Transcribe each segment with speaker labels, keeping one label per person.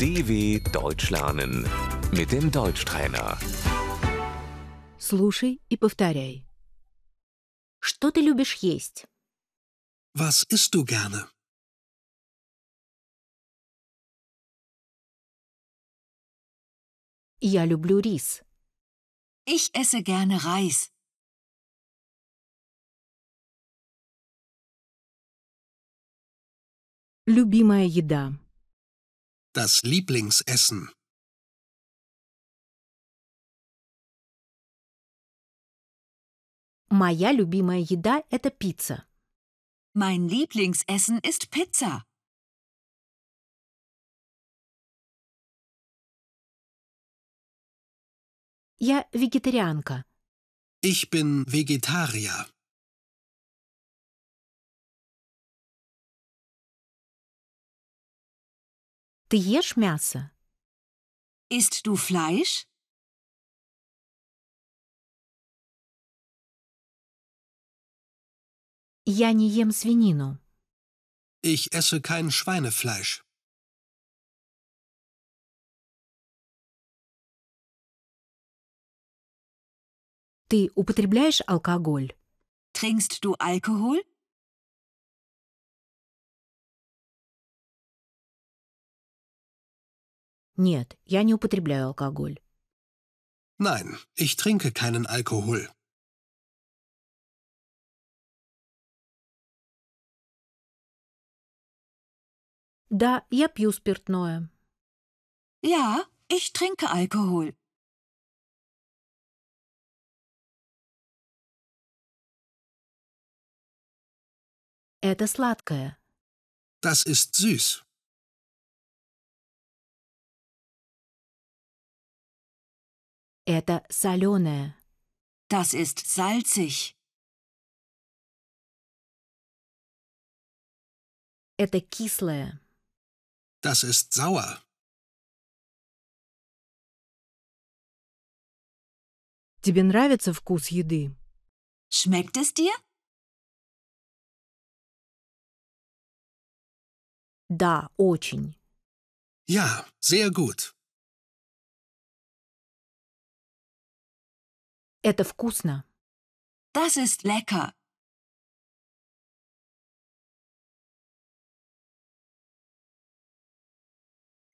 Speaker 1: DW Deutsch lernen mit dem Deutschtrainer.
Speaker 2: Слушай и повторяй.
Speaker 3: Что ты любишь есть?
Speaker 4: Was isst du gerne?
Speaker 2: Я люблю рис.
Speaker 5: Ich esse gerne Reis.
Speaker 2: Любимая еда.
Speaker 4: Das Lieblingsessen.
Speaker 2: Моя любимая еда – это пицца.
Speaker 5: Mein Lieblingsessen ist Pizza.
Speaker 2: Я вегетарианка.
Speaker 4: Ich bin Vegetarier.
Speaker 2: Ты ешь мясо?
Speaker 5: Isst du Fleisch?
Speaker 2: Я не ем свинину.
Speaker 4: Ich esse kein Schweinefleisch.
Speaker 2: Ты употребляешь алкоголь?
Speaker 5: Trinkst du Alkohol?
Speaker 2: Нет, я не употребляю алкоголь.
Speaker 4: Nein, ich trinke keinen Alkohol.
Speaker 2: Да, я пью спиртное.
Speaker 5: Ja, ich trinke Alkohol.
Speaker 2: Это сладкое.
Speaker 4: Das ist süß.
Speaker 2: Это соленое.
Speaker 5: Das ist salzig.
Speaker 2: Это кислое.
Speaker 4: Das ist sauer.
Speaker 2: Тебе нравится вкус еды?
Speaker 5: Schmeckt es dir?
Speaker 2: Да, очень.
Speaker 4: Ja, sehr gut.
Speaker 2: Это вкусно.
Speaker 5: Das ist lecker.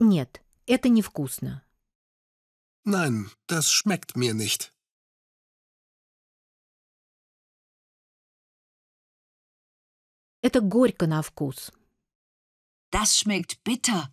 Speaker 2: Нет, это невкусно.
Speaker 4: Nein, das schmeckt mir nicht.
Speaker 2: Это горько на вкус.
Speaker 5: Das schmeckt bitter.